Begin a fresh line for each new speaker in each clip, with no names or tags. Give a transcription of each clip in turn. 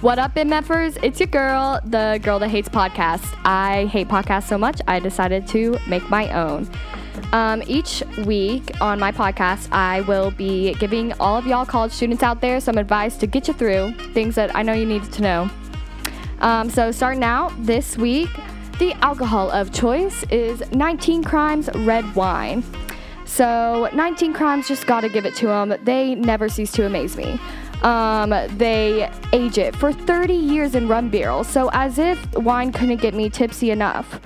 What up, MFers? It's your girl, the girl that hates podcasts. I hate podcasts so much, I decided to make my own. Um, each week on my podcast, I will be giving all of y'all college students out there some advice to get you through things that I know you needed to know. Um, so, starting out this week, the alcohol of choice is 19 Crimes Red Wine. So, 19 Crimes just gotta give it to them. They never cease to amaze me. Um, they age it for 30 years in rum barrels, so as if wine couldn't get me tipsy enough.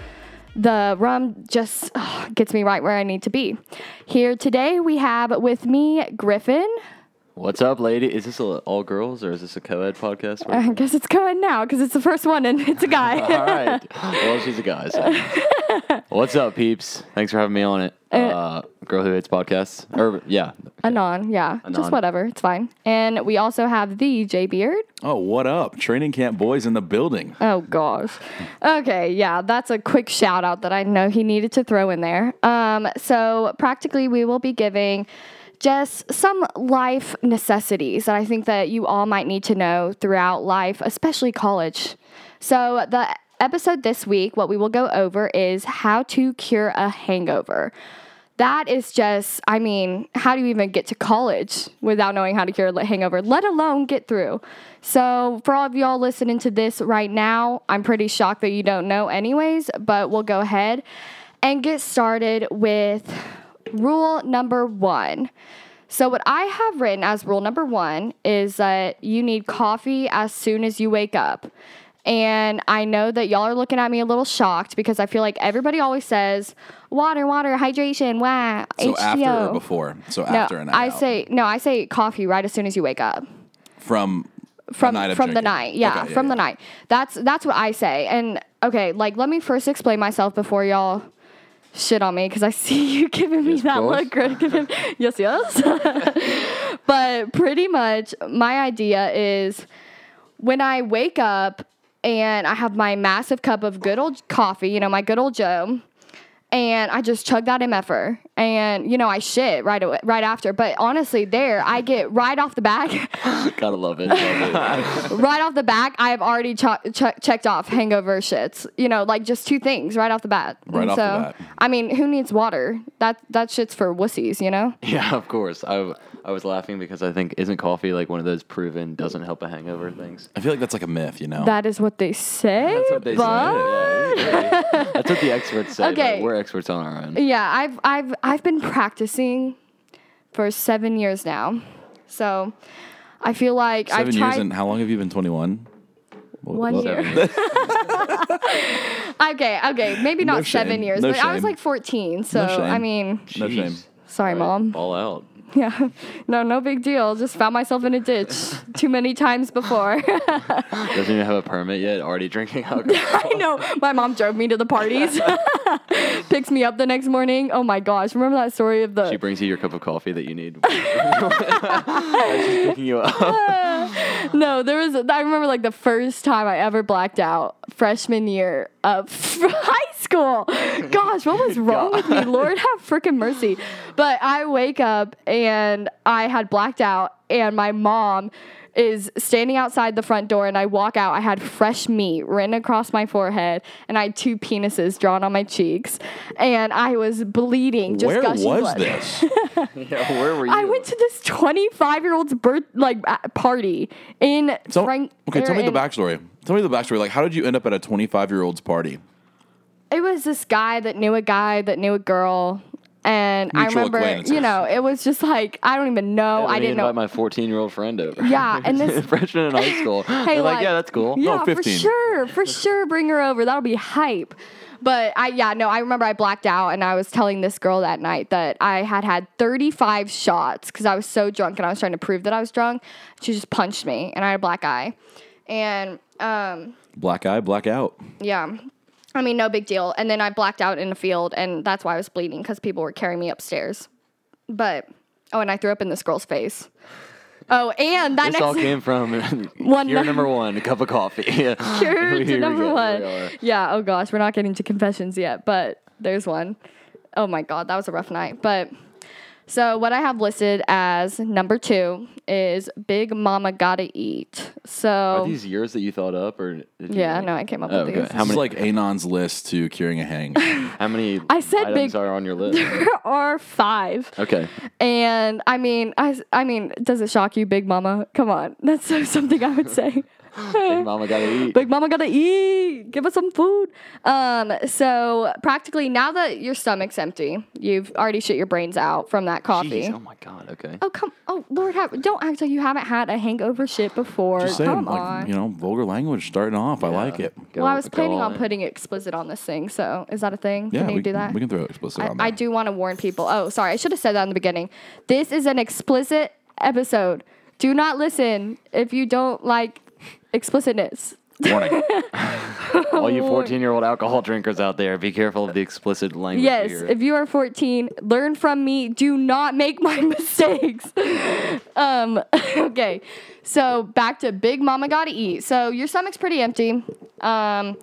The rum just ugh, gets me right where I need to be. Here today we have with me Griffin.
What's up, lady? Is this a all girls or is this a co-ed podcast?
I guess it's going now because it's the first one and it's a guy.
all right. Well, she's a guy. so. What's up, peeps? Thanks for having me on it. Uh, Girl Who Hates Podcasts. Or yeah,
Anon, yeah. Just
Anon.
whatever, it's fine. And we also have the J Beard.
Oh, what up? Training camp boys in the building.
Oh gosh. Okay, yeah, that's a quick shout out that I know he needed to throw in there. Um, so practically we will be giving just some life necessities that I think that you all might need to know throughout life, especially college. So the episode this week, what we will go over is how to cure a hangover. That is just, I mean, how do you even get to college without knowing how to cure a hangover, let alone get through? So, for all of y'all listening to this right now, I'm pretty shocked that you don't know, anyways, but we'll go ahead and get started with rule number one. So, what I have written as rule number one is that you need coffee as soon as you wake up. And I know that y'all are looking at me a little shocked because I feel like everybody always says water, water, hydration, wow.
So after
HTO."
or before? So
No,
after and
I
out.
say no. I say coffee right as soon as you wake up
from
from
the night of
from the
drinking.
night. Yeah,
Okay,
from the night. That's that's what I say. And okay, like let me first explain myself before y'all shit on me because I see you giving me that
boss.
look. Greg, giving- yes, yes. but pretty much my idea is when I wake up and I have my massive cup of good old coffee, you know, my good old Joe, and I just chug that MFR. And, you know, I shit right away, right after. But honestly, there, I get right off the back.
gotta love it. Love it.
right off the back, I have already cho- che- checked off hangover shits. You know, like just two things right off the bat.
Right
And
off the
so,
bat.
I mean, who needs water? That that shit's for wussies, you know.
yeah, of course. I w- I was laughing because I think isn't coffee like one of those proven doesn't help a hangover things.
I feel like that's like a myth, you know?
That is what they say.
That's what they say.
but-
Yeah, yeah. That's what the experts say. but
Okay.
we're experts on our own.
Yeah, I've I've I've been practicing for seven years now, so I feel like
Seven
I've
years
tried.
and how long have you been 21?
One year. okay, okay, maybe
No
not seven
shame,
years,
no
but I was
shame.
like fourteen, so
shame.
I mean,
No shame.
sorry, mom.
All out.
Yeah. No, no big deal. Just found myself in a ditch too many times before.
Doesn't even have a permit yet. Already drinking alcohol.
I know. My mom drove me to the parties, picks me up the next morning. Oh my gosh. Remember that story of the.
She brings you your cup of coffee that you need. She's picking you up.
no, there was. I remember like the first time I ever blacked out freshman year of high school. Gosh, what was wrong with me? Lord have freaking mercy. But I wake up and I had blacked out, and my mom is standing outside the front door and I walk out I had fresh meat written across my forehead and I had two penises drawn on my cheeks and I was bleeding just
Where
gushing
was
blood.
this?
Yeah, where were you?
I went to this 25 year old's birth like uh, party in
Tell-
Frank.
okay,
or
tell me the
in-
backstory. Tell me the backstory. Like, how did you end up at a 25 year old's party?
It was this guy that knew a guy that knew a girl, and I
Mutual
remember,
acquaintances.
you know, it was just like I don't even know.
Let
I
me
didn't know.
invite my 14 year old friend over.
Yeah, and this-
freshman in high school. They're like,
like-
yeah, that's cool.
Oh,
yeah, for
15.
sure, for sure, bring her over. That'll be hype. But I, yeah, no, I remember I blacked out and I was telling this girl that night that I had had 35 shots because I was so drunk and I was trying to prove that I was drunk. She just punched me and I had a black eye. And, um,
Black eye, black out.
yeah. I mean, no big deal. And then I blacked out in a field, and that's why I was bleeding because people were carrying me upstairs. But oh, and I threw up in this girl's face. Oh, and that
This all
next
came from
One
year
night.
number one, a cup of coffee. Yeah.
cure
Here
to
we
number
go,
one.
here we are.
Yeah. Oh gosh, we're not getting to confessions yet, but there's one. Oh my god, that was a rough night. But So what I have listed as number two is Big Mama Gotta Eat. So
Are these years that you thought up, or did you,
Oh. yeah,
like-
no, I came up
Oh,
with
okay.
these.
How
This is
many?
like Anon's list to curing a hang.
how many?
I said
items
big-
are on your list.
There are five,
okay,
and I mean, I, s- I mean, does it shock you, Big Mama? Come on, that's so something I would say.
Big Mama gotta eat.
Big Mama gotta eat. Give us some food. Um, so practically now that your stomach's empty, you've already shit your brains out from that coffee.
Jeez, oh my god. Okay.
Oh come! Oh Lord, have, don't act like you haven't had a hangover shit before.
Just saying,
come
like,
on.
you know, vulgar language starting off. I like it.
Go-
well, I was
go
planning on
it.
putting explicit on this thing. So is that a thing?
Yeah,
Can you
we,
do that?
we can throw explicit
I,
on there.
I do want to warn people. Oh, sorry, I should have said that in the beginning. This is an explicit episode. Do not listen if you don't like explicitness.
Warning.
Oh.
all you 14 year old alcohol drinkers out there. Be careful of the explicit language. you
Yes,
hear.
if you are 14, learn from me. Do not make my mistakes. um, okay, so back to Big Mama Gotta Eat. So your stomach's pretty empty. Um,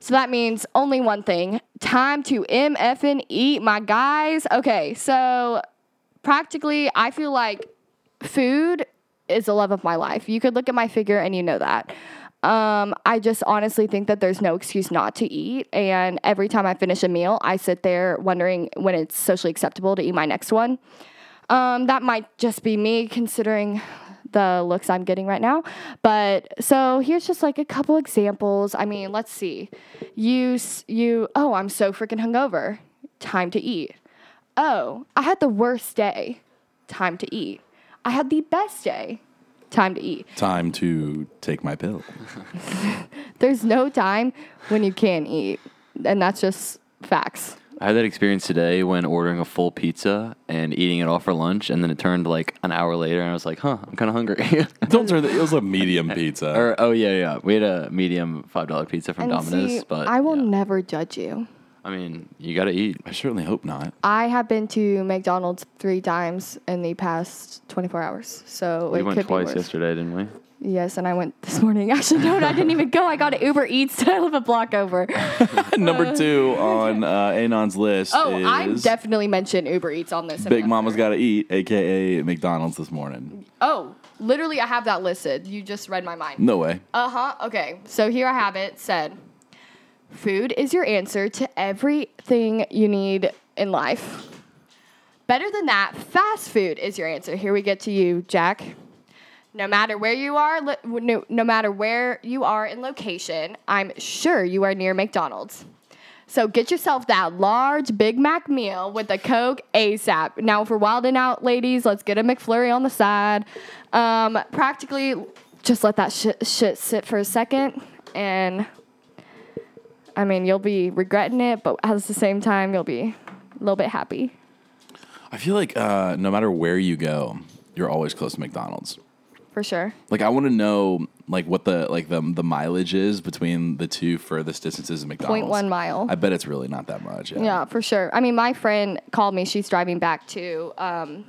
so that means only one thing time to MF and eat, my guys. Okay, so practically, I feel like food is the love of my life. You could look at my figure and you know that. Um, I just honestly think that there's no excuse not to eat. And every time I finish a meal, I sit there wondering when it's socially acceptable to eat my next one. Um, that might just be me considering the looks I'm getting right now. But so here's just like a couple examples. I mean, let's see. You, s- you, oh, I'm so freaking hungover. Time to eat. Oh, I had the worst day. Time to eat. I had the best day. Time to eat.
Time to take my pill.
There's no time when you can't eat. And that's just facts.
I had that experience today when ordering a full pizza and eating it all for lunch, and then it turned like an hour later, and I was like, "Huh, I'm kind of hungry."
Don't turn the, it was a medium pizza.
or oh yeah, yeah, we had a medium five dollar pizza from
And
Domino's,
see,
but
I will
yeah.
never judge you.
I mean, you gotta eat.
I certainly hope not.
I have been to McDonald's three times in the past 24 hours. So
We
it
went
could be
twice
worse.
yesterday, didn't we?
Yes, and I went this morning. Actually, no, I didn't even go. I got an Uber Eats. I live a block over.
Number two on uh, Anon's list
Oh,
is
I definitely mentioned Uber Eats on this.
Big
episode.
Mama's Gotta Eat, aka McDonald's this morning.
Oh, literally, I have that listed. You just read my mind.
No way.
Uh huh. Okay. So here I have it said food is your answer to everything you need in life. Better than that, fast food is your answer. Here we get to you, Jack. No matter where you are, lo- no, no matter where you are in location, I'm sure you are near McDonald's. So get yourself that large Big Mac meal with a Coke ASAP. Now, for wilding out, ladies, let's get a McFlurry on the side. Um, practically, just let that shit, shit sit for a second, and I mean, you'll be regretting it, but at the same time, you'll be a little bit happy.
I feel like uh, no matter where you go, you're always close to McDonald's.
For sure.
Like I want to know like what the like the the mileage is between the two furthest distances of McDonald's.
one mile.
I bet it's really not that much.
Yeah, for sure. I mean, my friend called me. She's driving back to um,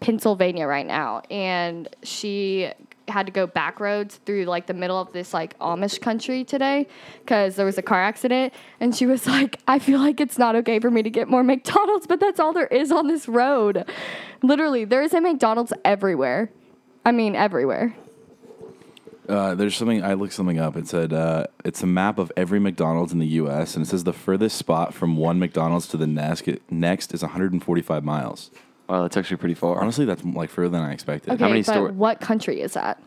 Pennsylvania right now, and she had to go back roads through like the middle of this like Amish country today because there was a car accident. And she was like, "I feel like it's not okay for me to get more McDonald's, but that's all there is on this road. Literally, there is a McDonald's everywhere. I mean, everywhere.
Uh, there's something I looked something up. It said uh, it's a map of every McDonald's in the U.S. and it says the furthest spot from one McDonald's to the next next is 145 miles.
Wow, that's actually pretty far.
Honestly, that's like further than I expected.
Okay,
many
but
store-
what country is that?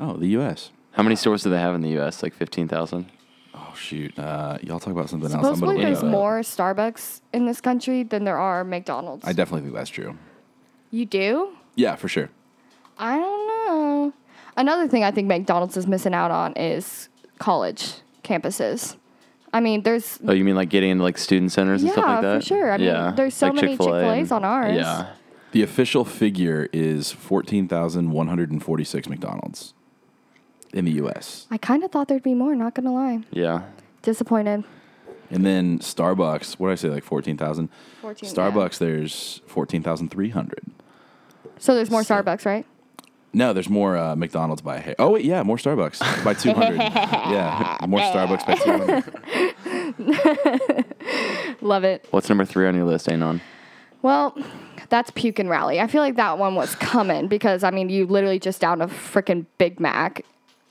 Oh, the U.S.
How many stores do they have in the U.S.? Like fifteen thousand.
Oh shoot, uh, y'all talk about something else. I'm
Supposedly,
gonna look
there's
it up.
more Starbucks in this country than there are McDonald's.
I definitely think that's true.
you do?
Yeah, for sure.
I don't know. Another thing I think McDonald's is missing out on is college campuses. I mean, there's
Oh, you mean like getting into like student centers and stuff
Yeah,
like
for
that?
sure. I mean, there's so many
Chick-fil-A and-
Chick-fil-A's on ours.
Yeah.
The official figure is 14,146 McDonald's in the U.S.
I kind of thought there'd be more, not going to lie.
Yeah.
Disappointed.
And then Starbucks, what did I say, like 14,000?
14, yeah.
Starbucks, there's 14,300.
So there's more
So-
Starbucks, right?
No, there's more uh, McDonald's by a hair. Oh, wait, yeah, more Starbucks by 200. yeah, more Starbucks by 200.
Love it.
What's number three on your list, Anon?
Well, that's puke and rally. I feel like that one was coming because I mean you literally just downed a freaking Big Mac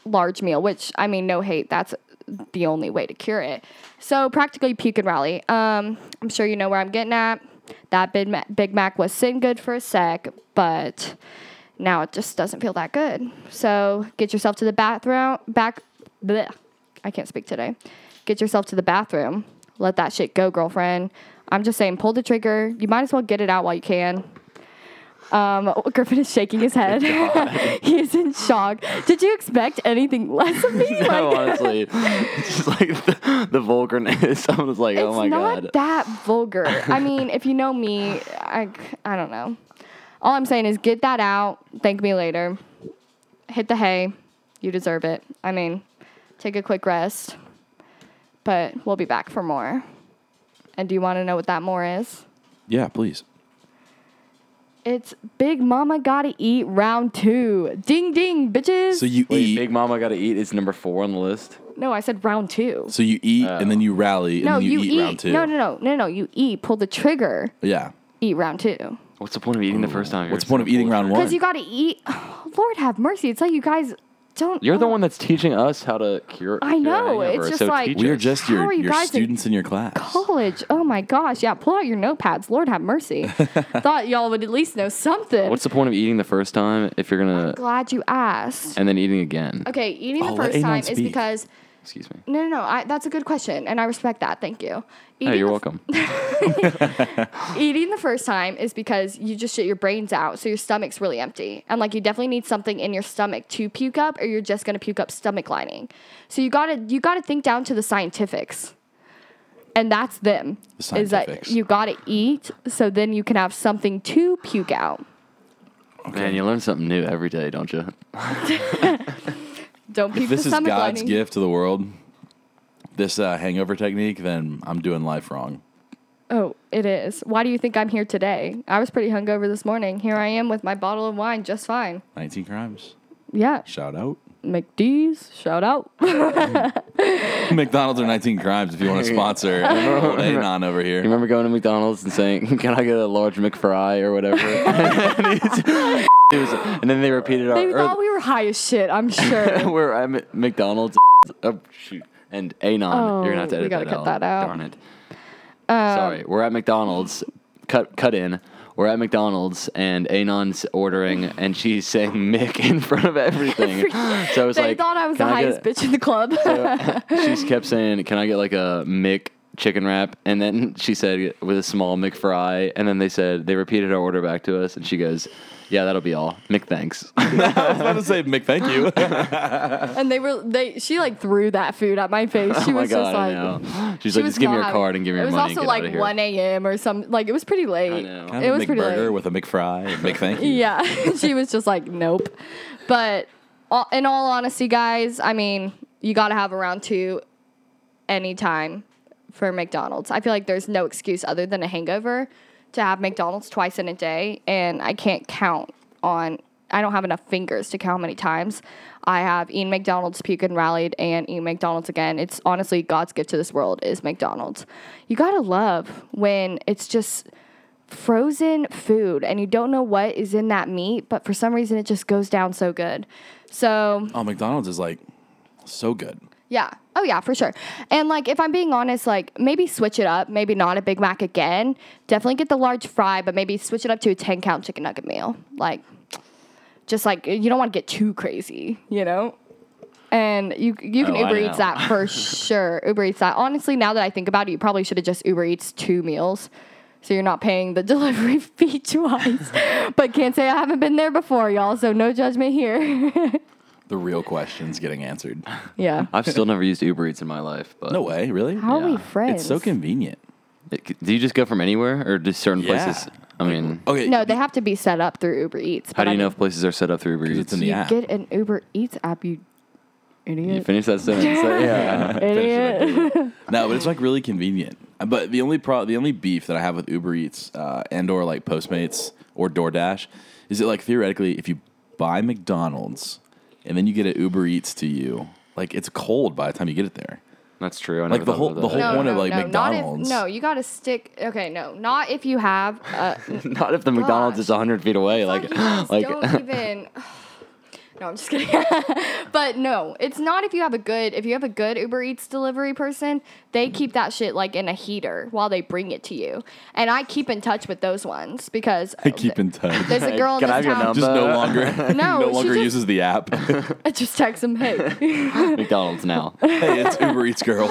large meal, which I mean no hate, that's the only way to cure it. So practically puke and rally. Um, I'm sure you know where I'm getting at. That Big Mac, Big Mac was sitting good for a sec, but now it just doesn't feel that good. So get yourself to the bathroom. Back, bleh, I can't speak today. Get yourself to the bathroom. Let that shit go, girlfriend. I'm just saying, pull the trigger. You might as well get it out while you can. Um, Griffin is shaking his head. he is in shock. Did you expect anything less of me?
No,
Like-
honestly, it's just like the, the vulgarness. I was like, oh
it's
my
not
god.
that vulgar. I mean, if you know me, I, I don't know. All I'm saying is get that out. Thank me later. Hit the hay. You deserve it. I mean, take a quick rest. But we'll be back for more. And do you want to know what that more is?
Yeah, please.
It's Big Mama Gotta Eat Round Two. Ding ding, bitches.
So you
Wait,
eat.
Big Mama Gotta Eat is number four on the list.
no, I said round two.
so you eat and then you rally and
No,
then
you,
you, eat,
eat.
round two.
No, no, no, no, no. You eat. Pull the trigger.
Yeah.
Eat round two.
What's the point of eating the first time? You're
What's the
just
point of
gonna
eating
pull it
round
through.
one?
Because you got to eat. Lord have mercy. It's like you guys don't.
You're the
oh,
one that's teaching us how to cure.
I
cure
know, it's
hangover,
just
so
like-
teach
We are
us.
just
How
your,
are you
your
guys in
students in your class.
College. Oh my gosh. Yeah. Pull out your notepads. Lord have mercy. Thought y'all would at least know something.
What's the point of eating the first time if you're gonna
Glad you asked.
and then eating again?
Oh Okay, eating the
Oh, let
first
Anon
time is
speak.
because
Excuse me.
no, no, no. I, that's a good question, and I respect that. Thank you. Eating
Hey, you're
the-
welcome.
Eating the first time is because you just shit your brains out, so your stomach's really empty. And like you definitely need something in your stomach to puke up, or you're just gonna puke up stomach lining. So you gotta you gotta think down to the scientifics. And that's them.
The
is that
scientifics.
you gotta eat so then you can have something to puke out.
Man, you learn something new every day, don't you?
Don't puke
If this
the
is
stomach
God's
lining.
gift to the world, this uh, hangover technique, then I'm doing life wrong.
Oh, it is. Why do you think I'm here today? I was pretty hungover this morning. Here I am with my bottle of wine just fine.
19 crimes.
Yeah.
Shout out.
McDee's, shout out.
McDonald's or 19 crimes if you want to sponsor. Old Anon over
You
here.
remember going to McDonald's and saying, "Can I get a large McFry or whatever?" and, he's- it was- and then they repeated our.
They
or-
thought we were high as shit, I'm sure.
we're at McDonald's. Oh shoot! And Anon, you're gonna have to
Oh, we
edit
gotta
that,
cut
out.
that out.
Darn it! Sorry, we're at McDonald's. Cut, cut in. We're at McDonald's and Anon's ordering, and she's saying Mick in front of everything. so I was
they
like,
thought I was the
"Can
highest
get-"
bitch in the club.
She's kept saying, "Can I get like a Mick chicken wrap?" And then she said, "With a small McFry." And then they said they repeated our order back to us, and she goes, "Yeah, that'll be all. Mick, thanks."
I was about to say, Mick, thank you.
and they were they she like threw that food at my face. She
oh my
was
god!
just like
I know. She's
she
like,
was
"Just give me your
not-
card and give me
It
your
was
money." and
also
get out of
like
here."
one AM or some like it was pretty late.
know.
Kind
It
of
was
a
pretty
McBurger
late.
with a McFry and McThank you.
Yeah. she was just like, Nope. But all, in all honesty, guys, I mean, you gotta have a round two anytime for McDonald's. I feel like there's no excuse other than a hangover to have McDonald's twice in a day, and I can't count on. I don't have enough fingers to count how many times I have eaten McDonald's, puke and rallied, and eaten McDonald's again. It's honestly God's gift to this world is McDonald's. You gotta love when it's just frozen food and you don't know what is in that meat, but for some reason it just goes down so good. So
Oh, McDonald's is like so good.
yeah. Oh yeah, for sure. And like if I'm being honest, like maybe switch it up, maybe not a Big Mac again. Definitely get the large fry, but maybe switch it up to a 10 count chicken nugget meal. Like just like you don't want to get too crazy, you know? And you you can
Oh, I
Uber
know.
Eats that for sure. Uber Eats that. Honestly, now that I think about it, you probably should have just Uber Eats two meals. So you're not paying the delivery fee twice. but can't say I haven't been there before, y'all, so no judgment here.
The real question's getting answered.
yeah.
I've still never used Uber Eats in my life, but
No way, really?
How are we
Yeah.
friends?
It's so convenient.
It- do you just go from anywhere or just certain
Yeah.
places? I mean,
Okay.
No, they have to be set up through Uber Eats.
how
but
do
I
you know
mean,
if places are set up through Uber
It's
Eats?
in the app.
get an Uber Eats app, you
you
idiot?
finish that sentence. yeah.
idiot.
No, but it's like really convenient. But the only pro- the only beef that I have with Uber Eats uh, and or like Postmates or DoorDash is it like theoretically if you buy McDonald's and then you get an Uber Eats to you, like it's cold by the time you get it there.
That's true. I
Like
never
the
thought
whole-
about
the
that.
whole
No,
one
no,
of, like,
no,
McDonald's.
Not if, no, you got to stick. Okay, no, not if you have. Uh,
Not if the McDonald's is 100 feet away. Like,
like, like
like
don't even. No, I'm just kidding. but no, it's not if you have a good if you have a good Uber Eats delivery person,
Mm-hmm.
they keep that shit like in a heater while they bring it to you. And I keep in touch with those ones because
I keep in touch.
there's a girl in
Can
this
I have your
town.
number?
Just no
Uh,
longer,
No,
no,
she
longer
just-
uses the app. hey,
I just text them, hey.
McDonald's now.
it's Uber Eats girl.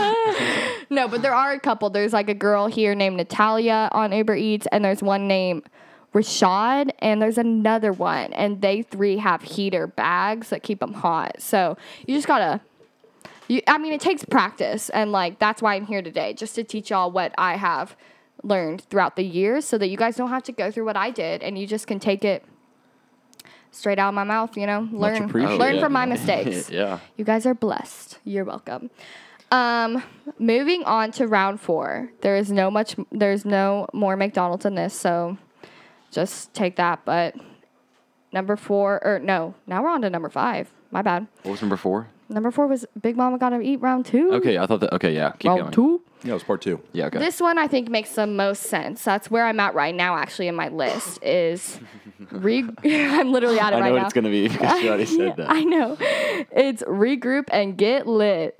no, but there are a couple. There's like a girl here named Natalia on Uber Eats, and there's one named Rashad, and there's another one, and they three have heater bags that keep them hot. So you just gotta. You, I mean, it takes practice, and like that's why I'm here today, just to teach y'all what I have learned throughout the years, so that you guys don't have to go through what I did, and you just can take it straight out of my mouth. You know, learn,
appreciated.
learn from my mistakes.
yeah.
You guys are blessed. You're welcome. Um, moving on to round four. There is no much. There's no more McDonald's in this, so just take that. But number four, or no, now we're on to number five. My bad.
What was number four?
Number four was Big Mama Gotta Eat round two.
Okay, I thought that. Okay, yeah. Keep
round
going.
two.
Yeah, it was part two.
Yeah, okay.
This one I think makes the most sense. That's where I'm at right now, actually, in my list is. Re- I'm literally at it
I know
right
what
now.
it's going to be because you already said that.
I know. It's regroup and get lit.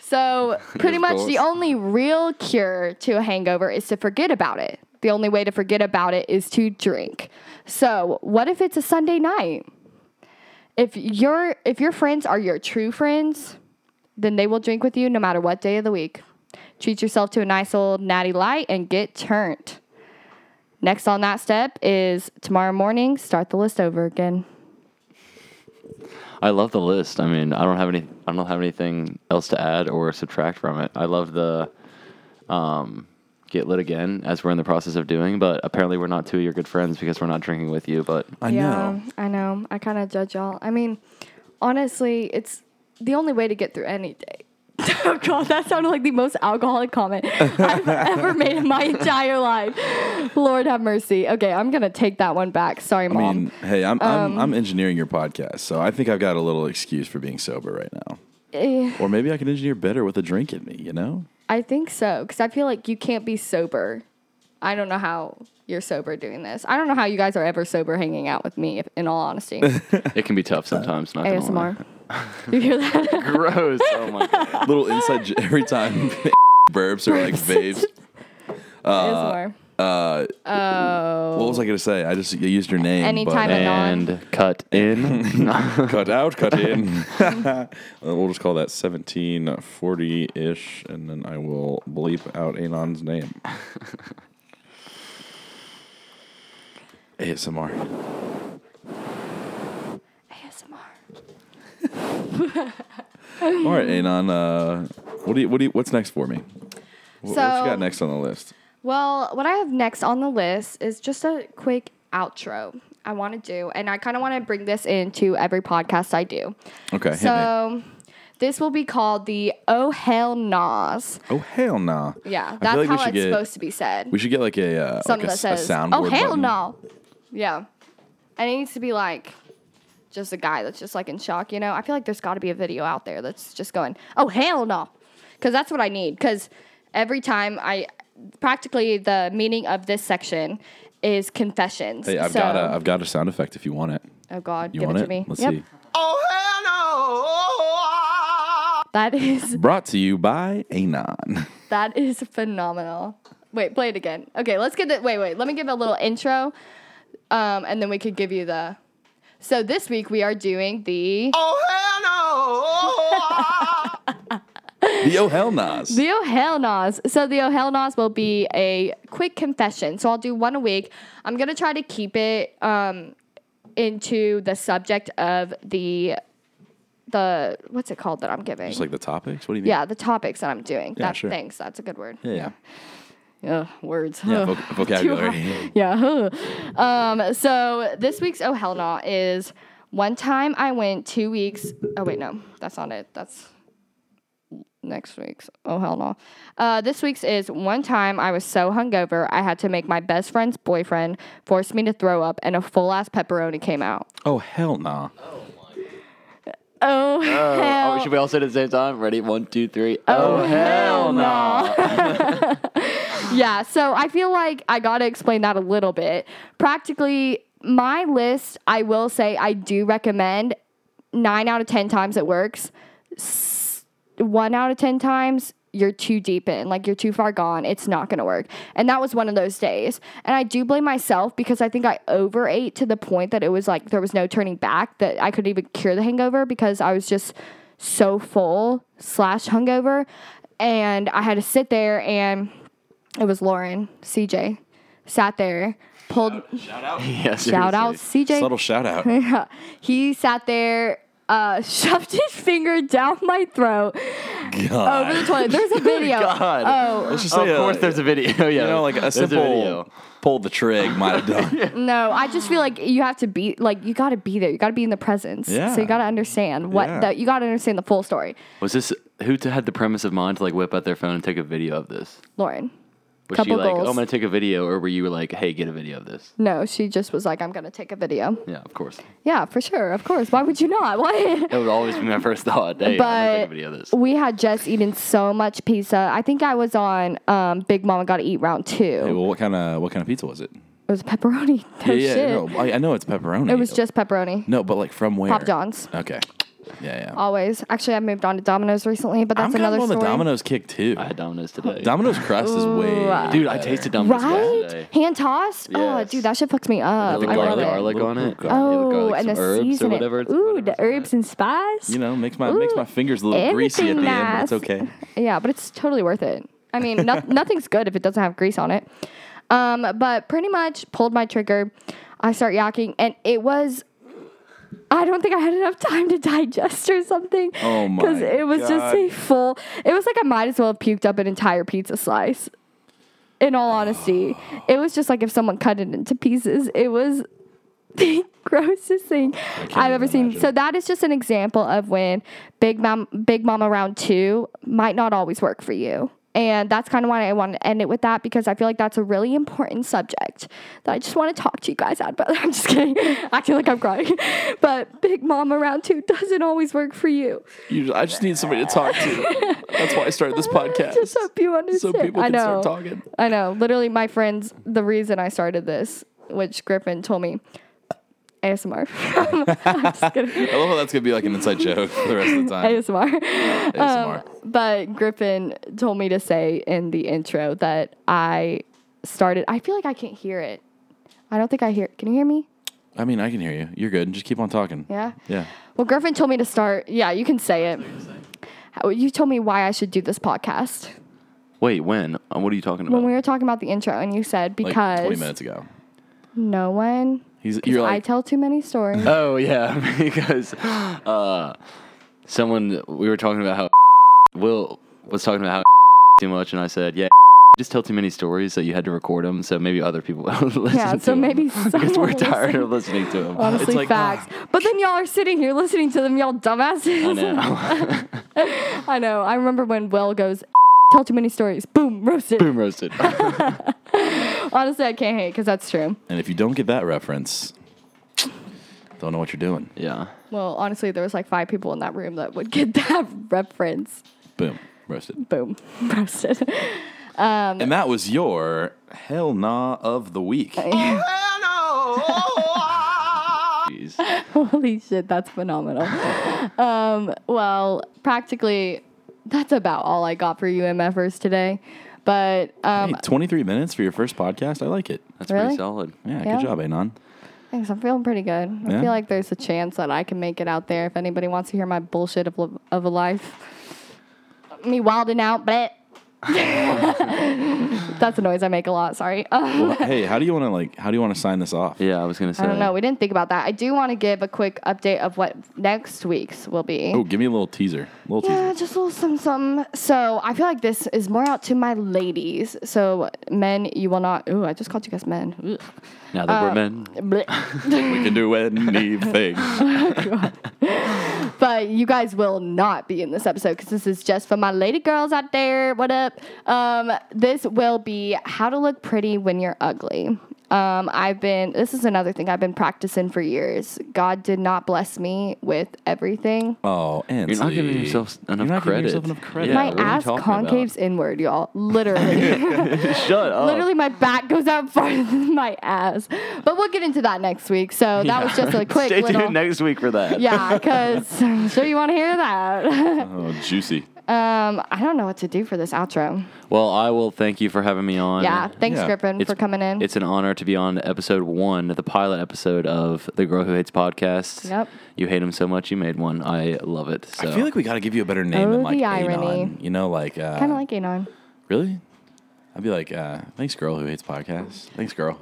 So, pretty much
course.
the only real cure to a hangover is to forget about it. The only way to forget about it is to drink. So, what if it's a Sunday night? If your if your friends are your true friends, then they will drink with you no matter what day of the week. Treat yourself to a nice old natty light and get turned. Next on that step is tomorrow morning, start the list over again.
I love the list. I mean, I don't have any. I don't have anything else to add or subtract from it. I love the um, get lit again, as we're in the process of doing. But apparently, we're not two of your good friends because we're not drinking with you. But
I know.
I know. I kind of judge y'all. I mean, honestly, it's the only way to get through any day. Oh god, that sounded like the most alcoholic comment I've ever made in my entire life. Lord have mercy. Okay, I'm gonna take that one back. Sorry,
I
mom.
mean, hey, I'm, I'm I'm engineering your podcast, so I think I've got a little excuse for being sober right now.
Eh,
Or maybe I can engineer better with a drink in me, you know?
I think so because I feel like you can't be sober. I don't know how you're sober doing this. I don't know how you guys are ever sober hanging out with me. If, in all honesty,
it can be tough sometimes. Not gonna lie.
ASMR. you hear that?
Gross. Oh my god.
little inside j- every time burps or like vapes.
ASMR.
Uh, what was I gonna say? I just I used your name.
Anytime
but,
And cut in.
cut out, cut in. Uh, we'll just call that seventeen forty ish, and then I will bleep out Anon's name. ASMR.
ASMR.
All right,
Mm-hmm.
Anon. Uh, what do you? What do you? What's next for me? Wh- what
So-
you got next on the list?
Well, what I have next on the list is just a quick outro I want to do, and I kind of want to bring this into every podcast I do.
Okay.
So this will be called the Oh Hell Nas.
hit me. Oh hell nah.
Yeah,
I
that's
feel like we
how it's
should get-
supposed to be said.
We should get like a uh, like
Something
a,
that
s- a
says
soundboard.
Oh Hell
button.
No. Yeah, and it needs to be like just a guy that's just like in shock. You know, I feel like there's got to be a video out there that's just going Oh Hell No, because that's what I need. Because every time I practically the meaning of this section is confessions.
Hey, I've
so,
got a I've got a sound effect if you want it.
oh God,
You
give
want
it to
it?
me.
Let's
yep,
see.
that is
Brought to you by Anon.
That is phenomenal. Wait, play it again. Okay, let's get the wait, wait. Let me give a little intro, um, and then we could give you the. So this week we are doing the
the Oh Hell Nas.
the Oh Hell Nas. So the Oh Hell Nas will be a quick confession. So I'll do one a week. I'm gonna try to keep it um, into the subject of the the what's it called that I'm giving?
Just like the topics. What do you mean?
yeah, the topics that I'm doing.
Yeah,
that
sure.
thanks. That's a good word.
Yeah. Yeah.
Ugh, words.
yeah
Ugh.
voc-
Too
vocabulary.
high. yeah. huh. Um, so this week's Oh Hell Nah is one time I went two weeks. Oh, wait, no, that's not it. That's next week's. Oh, hell no. Uh, this week's is one time I was so hungover, I had to make my best friend's boyfriend force me to throw up, and a full ass pepperoni came out.
oh hell nah.
Oh, hell.
Oh, should we all say it at the same time? Ready? One, two, three.
Oh, hell
no!
yeah, so I feel like I got to explain that a little bit. Practically, my list, I will say I do recommend nine out of 10 times it works. S- One out of 10 times, you're too deep in, like you're too far gone. It's not going to work. And that was one of those days. And I do blame myself because I think I overate to the point that it was like there was no turning back, that I couldn't even cure the hangover because I was just so full slash hungover. And I had to sit there and it was Lauren, CJ, sat there, pulled
Shout out.
Yeah,
shout out
seriously.
CJ.
Subtle shout
Oh,
out.
He sat there, uh, shoved his finger down my throat
God.
over the toilet. There's a video.
God.
E Oh
Let's just
Of
say, uh,
course, there's a video. yeah,
You know, like a
there's
simple
video.
pull the trig might have done.
no! I just feel like you have to be like you got to be there. You got to be in the presence.
Yeah.
So you got to understand what
Yeah.
the, you got to understand the full story.
Was this who t- had the premise of mind to like whip out their phone and take a video of this?
Lauren,
Was she
Couple
like,
goals.
"Oh, I'm gonna take a video," or were you like, "Hey, get a video of this"?
no, she just was like, I'm gonna take a video.
Yeah, of course.
Yeah, for sure, of course. Why would you not? Why?
That would always be my first thought. Hey, I'm gonna take a
but
video of this.
we had just eaten so much pizza. I think I was on um, Big Mama Got to Eat round two.
Hey, well, what kind of what kind of pizza was it?
It was pepperoni. No
yeah,
Oh, shit.
no, I, I know it's pepperoni.
It was just pepperoni.
no, but like from where?
Papa John's.
Okay. Yeah, yeah.
Always. Actually, I moved on to Domino's recently, but
I'm
that's
kind
another
of on
story.
the Domino's kick too.
I had Domino's today.
Domino's crust is way.
Dude, I tasted Domino's
Right?
yesterday.
Hand tossed? Oh,
Yes.
dude, that shit fucks me up.
The
I
garlic,
love it.
garlic on
Little
it.
garlic.
Yeah,
Oh,
with garlic,
and
some
the
herbs
season.
or whatever.
it.
it's-
Ooh,
whatever's
the
on it.
herbs and spice.
You know, makes my makes my
Ooh,
fingers a little greasy at the
anything
end, but
nice.
it's okay.
Yeah, but it's totally worth it. I mean, no, nothing's good if it doesn't have grease on it. Um, but pretty much pulled my trigger. I start yakking, and it was. I don't think I had enough time to digest or something.
Oh my
Because it was just
God.
a full. It was like I might as well have puked up an entire pizza slice. In all honesty, it was just like if someone cut it into pieces. It was the grossest thing I've ever
even
seen.
imagine.
So that is just an example of when Big Mom Big Mama round two might not always work for you. And that's kind of why I want to end it with that because I feel like that's a really important subject that I just want to talk to you guys about. But I'm just kidding, acting like I'm crying. But Big Mama round two doesn't always work for you.
You, I just need somebody to talk to. That's why I started this podcast.
Just hope you understand. I know.
talking.
I know. Literally, my friends, the reason I started this, which Griffin told me, ASMR. I'm just kidding.
I love how that's gonna be like an inside joke for the rest of the time.
ASMR. uh,
ASMR.
But Griffin told me to say in the intro that I started. I feel like I can't hear it. I don't think I hear. Can you hear me?
I mean, I can hear you. You're good. Just keep on talking.
Yeah.
Yeah.
Well, Griffin told me to start. Yeah, you can say it. How- You told me why I should do this podcast
Wait, when? Uh, What are you talking about?
when we were talking about the intro, and you said
Like
because
20 minutes ago.
no one.
He's you're
I
like
tell too many stories.
Oh yeah, because uh, someone we were talking about how Will was talking about how too much, and I said, yeah, just tell too many stories that you had to record them, so maybe other people would listen.
Yeah,
to
so
'em,
maybe
because we're
someone
tired of listening to them.
Honestly,
like,
facts. But then y'all are sitting here listening to them, y'all dumbasses.
ah. I know.
I know. I remember when Will goes, tell too many stories. Boom, roasted.
Boom roasted.
Honestly, I can't hate because that's true.
and if you don't get that reference, don't know what you're doing.
yeah.
Well, honestly, there was like five people in that room that would get that reference.
Boom. Roasted.
Boom, roasted.
And that was your hell nah of the week.
Jeez.
Holy shit, that's phenomenal. um, well, practically, that's about all I got for UMFers today. But um,
Hey, 23 minutes for your first podcast. I like it.
That's
Really?
pretty solid.
Yeah,
Yeah.
good job, Anon.
Thanks. I'm feeling pretty good. I
Yeah?
feel like there's a chance that I can make it out there if anybody wants to hear my bullshit of, li- of a life. Me wilding out, but that's a noise I make a lot. Sorry. Uh,
Well, hey, how do you want to like? How do you want to sign this off?
Yeah, I was gonna say.
I don't know. We didn't think about that. I do want to give a quick update of what next week's will be.
Oh, give me a little teaser. little
Yeah,
teaser.
just a little something, something. So I feel like this is more out to my ladies. So men, you will not. Ooh, I just called you guys men. Ugh.
Now that
Uh,
we're men,
Blech.
We can do anything.
but you guys will not be in this episode because this is just for my lady girls out there. What up? Um, this will be how to look pretty when you're ugly. Um, I've been, this is another thing I've been practicing for years. God did not bless me with everything.
Oh, and
You're not giving yourself enough
not giving
credit.
yourself enough credit.
my
what are you
ass
talking about? Oh.
concaves inward, y'all. Literally.
Shut up.
Literally, my back goes out farther than my ass. But we'll get into that next week. So that was just a quick
Stay
little.
tuned next week for that.
yeah, because I'm sure you want to hear that.
Oh, juicy.
um, I don't know what to do for this outro.
Well, I will thank you for having me on.
Yeah, thanks,
Yeah.
Griffin,
It's-
for coming in.
It's an honor to be on episode one, the pilot episode of the Girl Who Hates podcast.
Yep.
You hate him so much, you made one. I love it. So
I feel like we got to give you a better name
Oh,
than like
the irony.
Anon. You know, like uh,
kind of like Anon.
really. I'd be like, uh, thanks, girl who hates podcasts. Thanks, girl.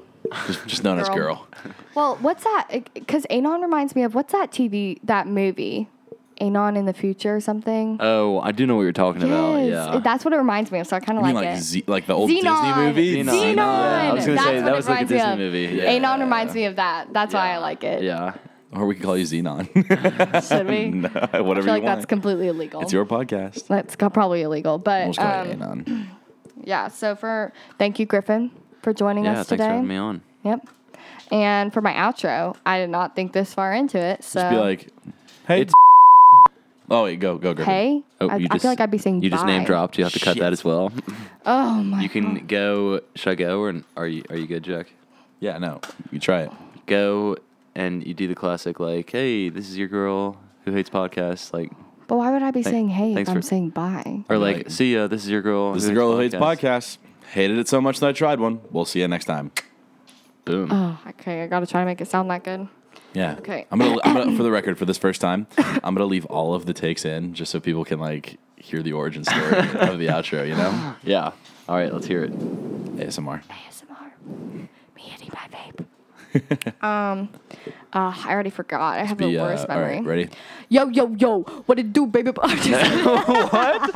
Just, just known as
Girl.
girl.
Well, what's that? Because Anon reminds me of what's that TV, that movie? Anon in the future or something?
oh, I do know what you're talking about.
yes.
Yeah.
That's what it reminds me of. So I kind of
You mean
like,
like
it.
Z, like the old
Xenon.
Disney movie?
Xenon.
Xenon. Yeah, I was gonna
That's
say,
what
that
it
was like
reminds
a
me
Disney
of.
movie. Yeah.
Anon reminds me of that. That's why I like it.
yeah.
Or we could call you Xenon.
Should we? I
Whatever
feel like
you want.
that's completely illegal.
it's your podcast.
That's co- probably illegal,
We'll
but
just call
um,
you Anon.
yeah. So for thank you, Griffin, for joining
Yeah,
us
thanks
today.
for having me on.
Yep. And for my outro, I did not think this far into it. So
Just be like, hey.
It's-
oh, wait, go, go, go.
hey,
Oh,
I,
you
I
just-
feel like I'd be saying
You just name
bye.
dropped. You have to cut
Shit.
that as well.
Oh my.
You can go. Should I go or are you are you good, Jack?
Yeah, no. You try it.
Go and you do the classic like, hey, this is your girl who hates podcasts, like,
But why would I be saying hey if
thanks
I'm
for-
saying bye?
or like,
like,
see ya, this is your girl.
This is the girl who hates podcasts. Hated it so much that I tried one. We'll see you next time.
Boom.
Oh, okay. I gotta try to make it sound that good.
Yeah.
Okay.
I'm gonna, I'm gonna for the record for this first time, I'm gonna leave all of the takes in just so people can like hear the origin story of the outro. You know,
Yeah. All right, let's hear it.
ASMR.
ASMR. Me hitting my vape. um, uh, I already forgot. I have the
Be, uh,
worst
all
memory.
right, ready?
Yo, yo, yo. What it do, baby? I'm just-
that,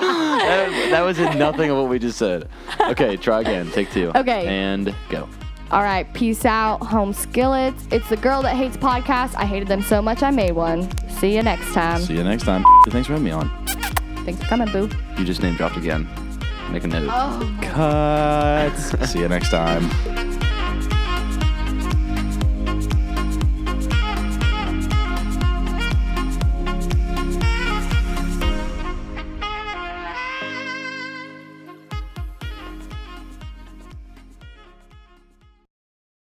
that was nothing of what we just said. Okay, try again. Take two.
Okay.
And go.
All right. Peace out, home skillets. It's the girl that hates podcasts. I hated them so much I made one. See you next time.
See you next time. Thanks for having me on.
Thanks for coming, boo.
You just name dropped again. Make a note.
Cut. See you next time.